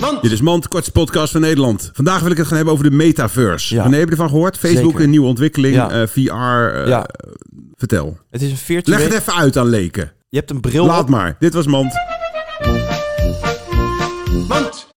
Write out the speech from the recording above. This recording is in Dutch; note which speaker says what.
Speaker 1: Mand.
Speaker 2: Dit is Mand, kortste podcast van Nederland. Vandaag wil ik het gaan hebben over de metaverse.
Speaker 1: Ja.
Speaker 2: Wanneer heb je ervan gehoord? Facebook,
Speaker 1: Zeker.
Speaker 2: een nieuwe ontwikkeling,
Speaker 1: Ja.
Speaker 2: eh, VR. eh,
Speaker 1: Ja.
Speaker 2: Vertel.
Speaker 1: Het is een
Speaker 2: Leg
Speaker 1: 14
Speaker 2: het even uit aan leken.
Speaker 1: Je hebt een bril
Speaker 2: Laat
Speaker 1: op.
Speaker 2: maar. Dit was Mand.
Speaker 1: Mand.